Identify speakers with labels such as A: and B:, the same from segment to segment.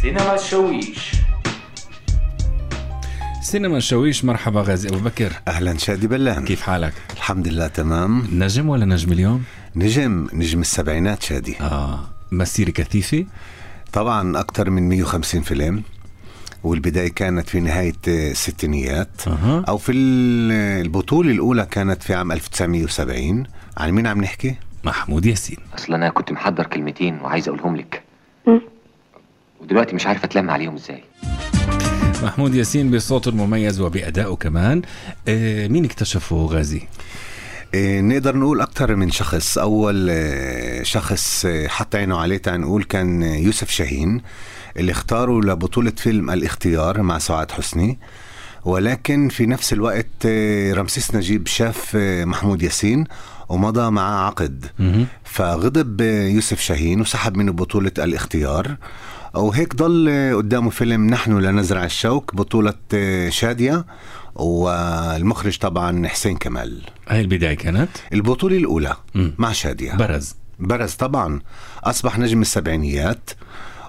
A: سينما الشويش
B: سينما الشويش مرحبا غازي ابو بكر
C: اهلا شادي بلان
B: كيف حالك؟
C: الحمد لله تمام
B: نجم ولا نجم اليوم؟
C: نجم نجم السبعينات شادي
B: اه مسيرة كثيفة
C: طبعا اكثر من 150 فيلم والبدايه كانت في نهايه الستينيات
B: اها
C: او في ال- البطوله الاولى كانت في عام 1970 عن مين عم نحكي
B: محمود ياسين
D: اصل انا كنت محضر كلمتين وعايز اقولهم لك
E: مم.
D: ودلوقتي مش عارف اتلم عليهم ازاي
B: محمود ياسين بصوته المميز وبأدائه كمان آه مين اكتشفه غازي؟
C: إيه، نقدر نقول أكثر من شخص أول آه، شخص آه، حط عينه عليه تعال نقول كان آه، يوسف شاهين اللي اختاره لبطولة فيلم الاختيار مع سعاد حسني ولكن في نفس الوقت آه، رمسيس نجيب شاف آه، محمود ياسين ومضى معاه عقد
B: مهم.
C: فغضب آه، يوسف شاهين وسحب منه بطولة الاختيار وهيك ضل آه، قدامه فيلم نحن لا نزرع الشوك بطولة آه، شادية والمخرج طبعا حسين كمال
B: هاي البداية كانت
C: البطولة الأولى
B: مم.
C: مع شادية
B: برز
C: برز طبعا أصبح نجم السبعينيات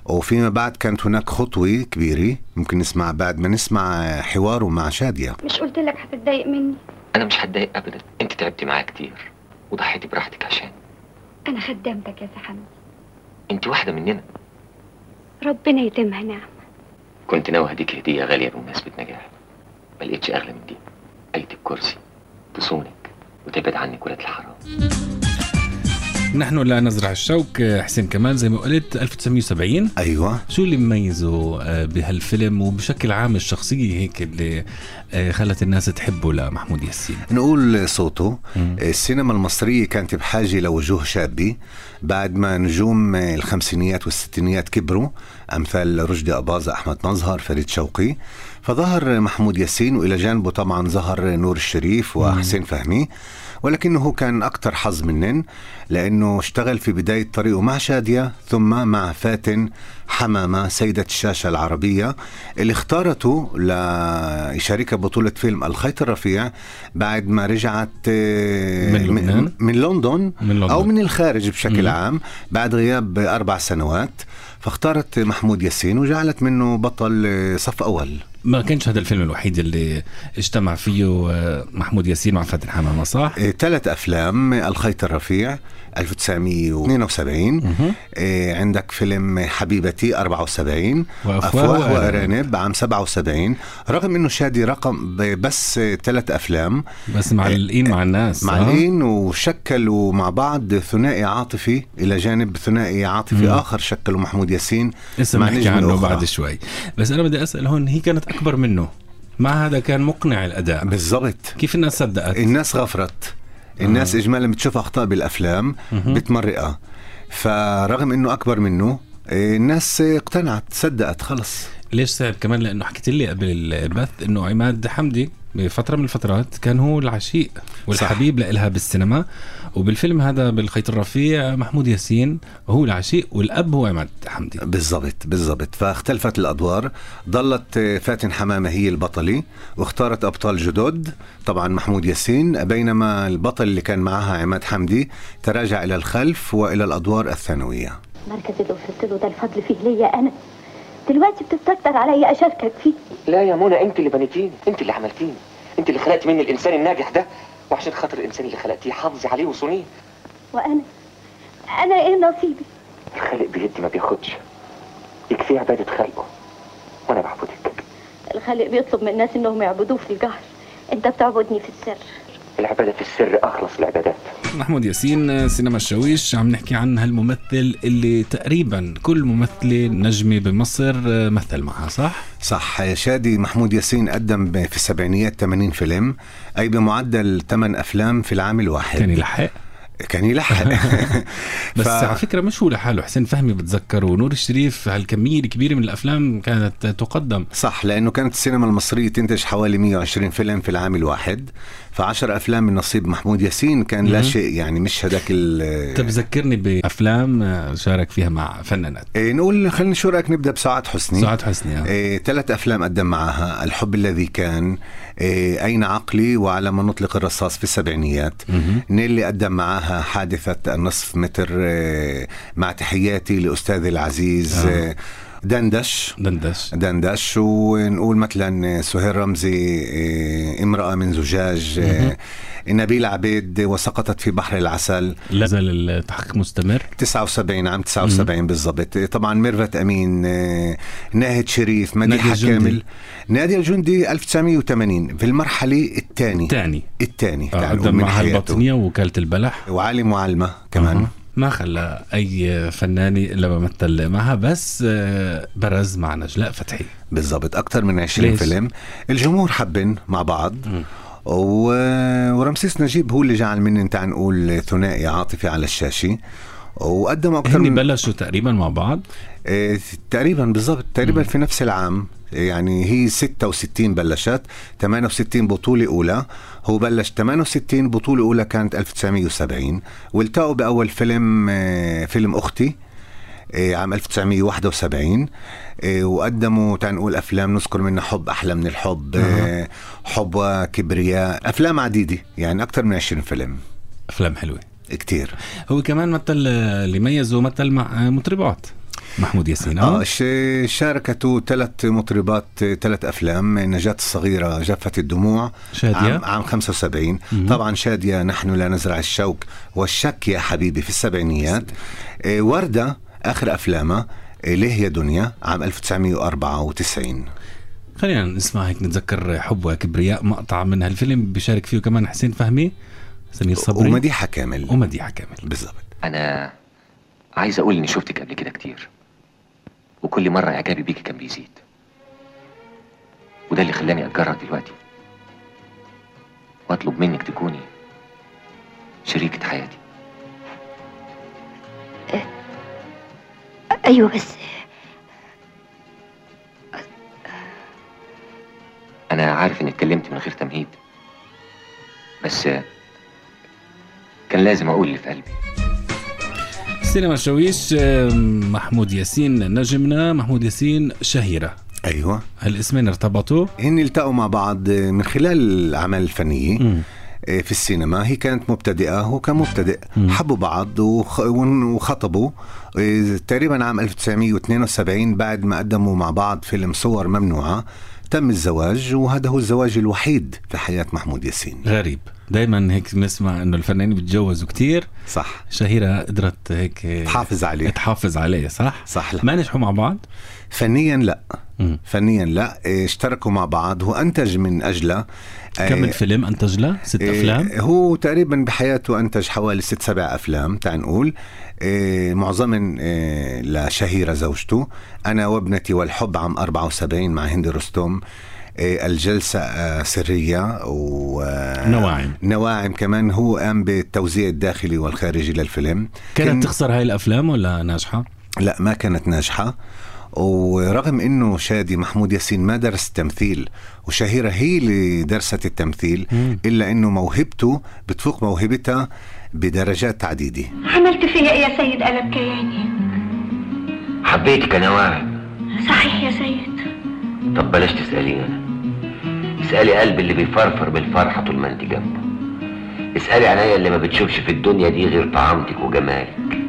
C: وفيما بعد كانت هناك خطوة كبيرة ممكن نسمع بعد ما نسمع حواره مع شادية
E: مش قلت لك هتتضايق مني
D: انا مش هتضايق ابدا انت تعبتي معايا كتير وضحيتي براحتك عشان
E: انا خدامتك يا سحمد
D: انت واحده مننا
E: ربنا يتمها نعم
D: كنت ناوي هديك هديه غاليه بمناسبه نجاحك ما لقيتش اغلى من دي آية الكرسي تصونك وتبعد عنك ولاد الحرام
B: نحن لا نزرع الشوك آه، حسين كمال زي ما قلت 1970
C: أيوة
B: شو اللي مميزه آه، بهالفيلم وبشكل عام الشخصية هيك اللي آه، خلت الناس تحبه لمحمود ياسين
C: نقول صوته
B: مم.
C: السينما المصرية كانت بحاجة لوجوه شابة بعد ما نجوم الخمسينيات والستينيات كبروا أمثال رشدي أباظة أحمد مظهر فريد شوقي فظهر محمود ياسين وإلى جانبه طبعا ظهر نور الشريف وحسين فهمي ولكنه كان أكثر حظ منن لأنه اشتغل في بداية طريقه مع شادية ثم مع فاتن حمامة سيدة الشاشة العربية اللي اختارته ليشاركها بطولة فيلم الخيط الرفيع بعد ما رجعت آه،
B: من لبنان؟
C: من لندن
B: من لندن
C: أو من الخارج بشكل
B: مم.
C: مم. عام بعد غياب أربع سنوات فاختارت محمود ياسين وجعلت منه بطل آه، صف أول
B: ما كانش هذا الفيلم الوحيد اللي اجتمع فيه آه، محمود ياسين مع فاتن حمامة صح؟
C: ثلاث آه، أفلام آه، الخيط الرفيع 1972
B: مهم.
C: آه، عندك فيلم حبيبتي 74 أفواه وأرانب عام 77 رغم أنه شادي رقم ب- بس آه، ثلاث أفلام
B: بس معلقين مع الناس صح؟
C: معلقين وشكلوا مع بعض ثنائي عاطفي الى جانب ثنائي عاطفي
B: مم.
C: مم. اخر شكله محمود ياسين
B: لسه
C: مع
B: بنحكي
C: نجمة
B: عنه
C: أخرى.
B: بعد شوي بس انا بدي اسال هون هي كانت اكبر منه مع هذا كان مقنع الاداء
C: بالضبط
B: كيف الناس صدقت
C: الناس غفرت الناس اجمالا بتشوف اخطاء بالافلام
B: آه. مهم.
C: بتمرقها فرغم انه اكبر منه إيه، الناس اقتنعت صدقت خلص
B: ليش صعب كمان لانه حكيت لي قبل البث انه عماد حمدي بفتره من الفترات كان هو العشيق والحبيب لإلها بالسينما وبالفيلم هذا بالخيط الرفيع محمود ياسين هو العشيق والاب هو عماد حمدي
C: بالضبط بالضبط فاختلفت الادوار ظلت آه، فاتن حمامه هي البطله واختارت ابطال جدد طبعا محمود ياسين بينما البطل اللي كان معها عماد حمدي تراجع الى الخلف والى الادوار الثانويه
F: المركز اللي وصلت له ده الفضل فيه ليا انا دلوقتي بتتكتر عليا اشاركك فيه
D: لا يا منى انت اللي بنيتيني انت اللي عملتيني انت اللي خلقت مني الانسان الناجح ده وعشان خاطر الانسان اللي خلقتيه حافظي عليه وصونيه
F: وانا انا ايه نصيبي
D: الخالق بيدي ما بياخدش يكفي عبادة خلقه وانا بعبدك
F: الخالق بيطلب من الناس انهم يعبدوه في الجهر انت بتعبدني في السر
D: العبادة في السر اخلص العبادات
B: محمود ياسين سينما الشويش عم نحكي عن هالممثل اللي تقريبا كل ممثله نجمه بمصر آه، مثل معها صح
C: صح آه، شادي محمود ياسين قدم ب- في السبعينيات 80 فيلم اي بمعدل 8 افلام في العام الواحد
B: كان يلحق
C: كان يلحق
B: بس ف...
C: ف-
B: على فكره مش هو لحاله حسين فهمي بتذكره ونور الشريف هالكميه الكبيره من الافلام كانت تقدم
C: صح لانه كانت السينما المصريه تنتج حوالي 120 فيلم في العام الواحد ف10 افلام من نصيب محمود ياسين كان لا
B: مهم.
C: شيء يعني مش هداك ال
B: انت بذكرني بافلام آه، شارك فيها مع فنانات
C: إيه، نقول خلينا شو رايك نبدا بسعاد حسني
B: سعاد حسني آه.
C: إيه، ثلاث افلام قدم معها الحب الذي كان إيه، اين عقلي وعلى ما نطلق الرصاص في السبعينيات
B: مهم.
C: نيلي قدم معها حادثة النصف متر آه، مع تحياتي إيه، لأستاذي العزيز
B: آه.
C: آه. دندش
B: دندش
C: دندش ونقول مثلا سهير رمزي إيه، امرأة من زجاج إيه، نبيل عبيد وسقطت في بحر العسل
B: لا زال التحقيق مستمر
C: 79 عام 79 بالضبط إيه، طبعا ميرفت أمين إيه، ناهد شريف مديحة
B: نادية الجندي.
C: كامل نادية الجندي 1980 في المرحلة الثانية
B: تاني
C: الثاني
B: آه،
C: تعال
B: قدم
C: قول من
B: معها
C: يعني حياته.
B: الباطنية ووكالة البلح
C: وعالم وعلمة كمان
B: أها. ما خلى أي فناني لما مثل معها بس آه، برز مع نجلاء فتحي
C: بالضبط أكثر من 20
B: ليش؟
C: فيلم الجمهور حبن مع بعض
B: مم.
C: و... ورمسيس نجيب هو اللي جعل من تعال نقول ثنائي عاطفي على الشاشة وقدم أكثر
B: هن
C: من
B: بلشوا تقريبا مع بعض
C: آه، تقريبا بالضبط تقريبا في نفس العام يعني هي 66 بلشت 68 بطولة أولى هو بلش 68 بطولة أولى كانت 1970 والتقوا بأول فيلم آه، فيلم أختي آه، عام 1971 آه، وقدموا تعال نقول افلام نذكر منها حب احلى من الحب آه، حب وكبرياء افلام عديده يعني اكثر من 20 فيلم
B: أفلام حلوة
C: كتير
B: هو كمان مثل آه، اللي ميزه مثل مع آه، مطربات محمود ياسين
C: اه
B: آه.
C: ش- شاركته ثلاث مطربات ثلاث افلام نجاة الصغيره جفت الدموع
B: شادية
C: عام عام 75
B: مم.
C: طبعا شاديه نحن لا نزرع الشوك والشك يا حبيبي في السبعينيات آه، ورده اخر افلامها آه، ليه يا دنيا عام 1994
B: خلينا نسمع هيك نتذكر حب وكبرياء مقطع من هالفيلم بيشارك فيه كمان حسين فهمي سمير صبري
C: ومديحه كامل
B: ومديحة كامل
C: بالضبط
D: انا عايز اقول اني شفتك قبل كده كتير وكل مره اعجابي بيكي كان بيزيد وده اللي خلاني اتجرأ دلوقتي واطلب منك تكوني شريكة حياتي
E: أيوة
F: ايوه بس
D: انا عارف اني اتكلمت من غير تمهيد بس كان لازم اقول اللي في قلبي
B: سينما شويش آم، محمود ياسين نجمنا محمود ياسين شهيرة
C: ايوه
B: هالاسمين ارتبطوا
C: هن التقوا مع بعض آه، من خلال الاعمال الفنيه آه، في السينما هي كانت مبتدئة هو كان مبتدئ
B: مم.
C: حبوا بعض وخ- ون- وخطبوا آه، تقريبا عام 1972 بعد ما قدموا مع بعض فيلم صور ممنوعة تم الزواج وهذا هو الزواج الوحيد في حياة محمود ياسين
B: غريب دايما هيك بنسمع انه الفنانين بيتجوزوا كتير
C: صح
B: شهيرة قدرت هيك آه،
C: حافظ عليه
B: تحافظ عليه صح؟
C: صح لا.
B: ما نجحوا مع بعض؟
C: فنيا لا
B: مم.
C: فنيا لا آه، اشتركوا مع بعض وانتج من اجله آه،
B: كم الفيلم انتج له؟ ست
C: إيه،
B: افلام؟
C: هو تقريبا بحياته انتج حوالي ست سبع افلام تعال نقول إيه، معظمن إيه، لشهيره زوجته انا وابنتي والحب عام 74 مع هند رستم إيه، الجلسه آه، سريه و آه،
B: نواعم
C: نواعم كمان هو قام بالتوزيع الداخلي والخارجي للفيلم كان-
B: كانت تخسر هاي الافلام ولا ناجحه؟
C: لا ما كانت ناجحة ورغم انه شادي محمود ياسين ما درس التمثيل وشهيرة هي اللي درست التمثيل
B: مم.
C: الا انه موهبته بتفوق موهبتها بدرجات عديدة
E: عملت فيا ايه يا سيد قلب كياني
D: حبيتك انا واعي
E: صحيح يا سيد
D: طب بلاش تسأليني انا اسألي قلبي اللي بيفرفر بالفرحة طول ما انت جنبه اسألي عينيا اللي ما بتشوفش في الدنيا دي غير طعامتك وجمالك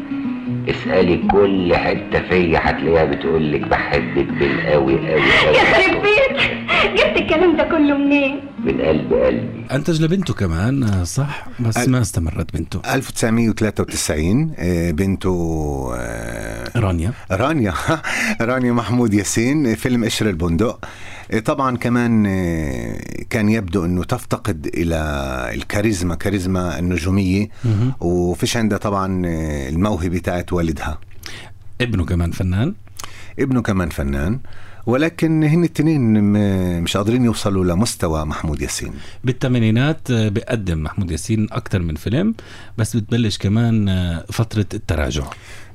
D: اسألي كل حتة فيا هتلاقيها بتقولك بحبك بالقوي قوي قوي
E: يخرب بيتك جبت الكلام ده كله منين
D: من قلب قلبي
B: انتج لبنته كمان آه، صح بس
C: أل-
B: ما استمرت بنته
C: 1993 آه، بنته آه،
B: رانيا
C: رانيا رانيا محمود ياسين فيلم قشر البندق طبعا كمان آه، كان يبدو انه تفتقد الى الكاريزما كاريزما النجوميه
B: مهم.
C: وفيش عندها طبعا آه، الموهبه تاعت والدها
B: ابنه كمان فنان
C: ابنه كمان فنان ولكن هن التنين م- مش قادرين يوصلوا لمستوى محمود ياسين
B: بالثمانينات آه، بقدم محمود ياسين اكثر من فيلم بس بتبلش كمان آه، فتره التراجع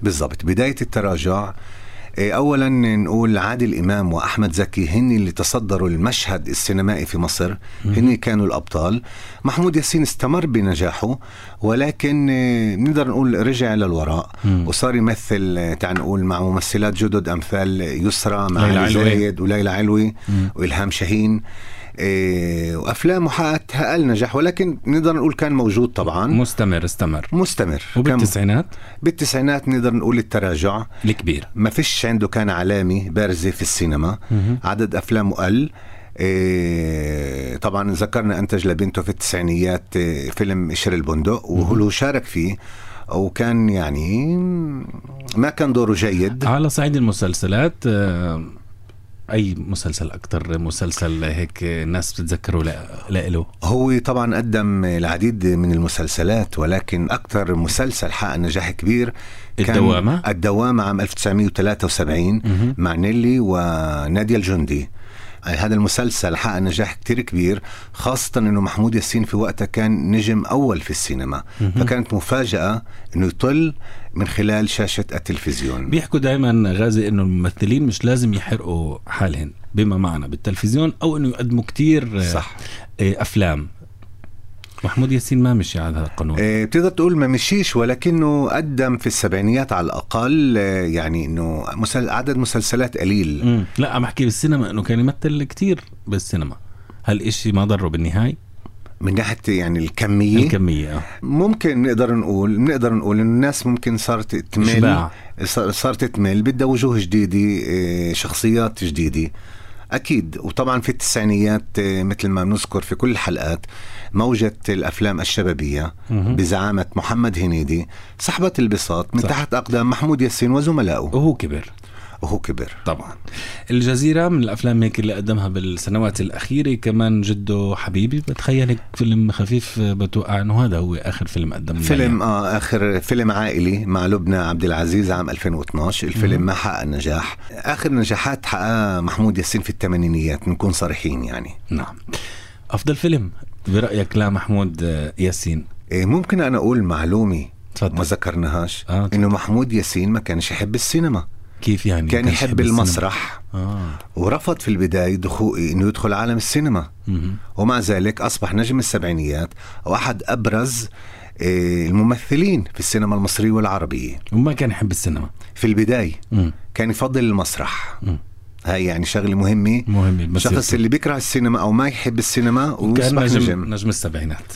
C: بالضبط بداية التراجع آه، اولا نقول عادل امام واحمد زكي هن اللي تصدروا المشهد السينمائي في مصر هن كانوا الابطال محمود ياسين استمر بنجاحه ولكن آه، نقدر نقول رجع للوراء
B: مم.
C: وصار يمثل آه، تعال نقول مع ممثلات جدد امثال يسرى مع
B: ليلى
C: علي
B: علوي.
C: زايد وليلى علوي
B: مم.
C: والهام شاهين إيه وافلامه حققت اقل نجاح ولكن نقدر نقول كان موجود طبعا
B: مستمر استمر
C: مستمر كان
B: وبالتسعينات
C: بالتسعينات نقدر نقول التراجع
B: الكبير
C: ما فيش عنده كان علامة بارزة في السينما
B: مهم.
C: عدد أفلامه قل إيه طبعا ذكرنا أنتج لبنته في التسعينيات إيه، فيلم شر البندق وهو شارك فيه وكان يعني ما كان دوره جيد
B: على صعيد المسلسلات آه، اي مسلسل اكتر مسلسل هيك الناس بتتذكره لا لا له
C: هو طبعا قدم العديد من المسلسلات ولكن أكثر مسلسل حقق نجاح كبير كان
B: الدوامة؟
C: الدوامة عام 1973
B: مهم.
C: مع نيلي ونادية الجندي هذا المسلسل حقق نجاح كتير كبير خاصة انه محمود ياسين في وقتها كان نجم اول في السينما فكانت مفاجأة انه يطل من خلال شاشة التلفزيون
B: بيحكوا دائما غازي انه الممثلين مش لازم يحرقوا حالهم بما معنى بالتلفزيون او انه يقدموا كتير آه،
C: صح
B: آه، افلام محمود ياسين ما مشي على هذا القانون
C: آه، بتقدر تقول ما مشيش ولكنه قدم في السبعينيات على الاقل آه، يعني انه مسل... عدد مسلسلات قليل
B: مم. لا عم احكي بالسينما انه كان يمثل كتير بالسينما هل إشي ما ضره بالنهاية
C: من ناحيه يعني الكميه
B: الكمية آه.
C: ممكن نقدر نقول نقدر نقول انه الناس ممكن صارت تمل
B: إشباع.
C: صار- صارت تمل بدها وجوه جديده آه، شخصيات جديده اكيد وطبعا في التسعينيات آه، مثل ما بنذكر في كل الحلقات موجه الافلام الشبابيه
B: مهم.
C: بزعامه محمد هنيدي سحبت البساط من
B: صح.
C: تحت اقدام محمود ياسين وزملائه
B: وهو كبر
C: وهو كبر
B: طبعا الجزيرة من الأفلام هيك اللي قدمها بالسنوات الأخيرة كمان جده حبيبي بتخيل هيك فيلم خفيف بتوقع إنه هذا هو آخر فيلم قدمه
C: فيلم آه اخر فيلم عائلي مع لبنى عبد العزيز عام 2012 الفيلم ما حقق نجاح اخر نجاحات حققها محمود ياسين في الثمانينيات نكون صريحين يعني
B: نعم أفضل فيلم برأيك لا محمود آه، ياسين
C: إيه ممكن انا اقول معلومه ما
B: تفضل
C: ذكرناهاش
B: آه،
C: انه محمود ياسين ما كانش يحب السينما
B: كيف يعني
C: كان
B: كانش
C: يحب
B: السينما؟
C: المسرح
B: آه.
C: ورفض في البدايه دخول انه يدخل عالم السينما
B: مهم.
C: ومع ذلك أصبح نجم السبعينيات وأحد أبرز آه، الممثلين في السينما المصرية والعربية
B: وما كان يحب السينما
C: في البداية
B: مم.
C: كان يفضل المسرح
B: مم.
C: هاي يعني شغلة مهمة
B: مهم
C: الشخص اللي بيكره السينما أو ما يحب السينما
B: كان
C: ويصبح
B: نجم
C: نجم
B: نجم السبعينات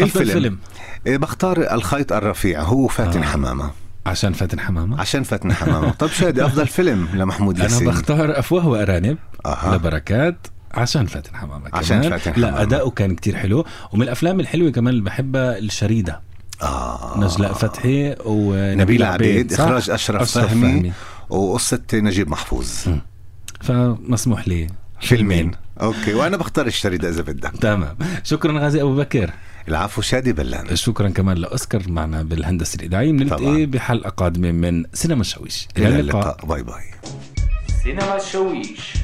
B: أفضل
C: الفيلم.
B: فيلم
C: آه، بختار الخيط الرفيع هو فاتن
B: آه.
C: آه. حمامة
B: عشان فاتن حمامة
C: عشان فاتن حمامة طب شادي أفضل فيلم لمحمود
B: انا
C: ياسين
B: بختار افواه وارانب
C: أها.
B: لبركات عشان فاتن حمامه كمان
C: عشان فاتن
B: لا
C: حمامة.
B: اداؤه كان كتير حلو ومن الافلام الحلوه كمان اللي بحبها الشريده
C: آه.
B: نجلاء فتحي ونبيل
C: نبيل عبيد
B: صح؟
C: إخراج أشرف, أشرف فهمي, وقصة نجيب محفوظ
B: مم. فمسموح لي
C: فيلمين أوكي وأنا بختار الشريدة إذا بدك
B: تمام شكرا غازي ابو بكر
C: العفو شادي بلان
B: شكرا كمان لاوسكار معنا بالهندسه الاذاعيه
C: طبعاً.
B: بنلتقي بحلقه قادمه من سينما الشويش
C: الى اللقاء باي باي
A: سينما الشويش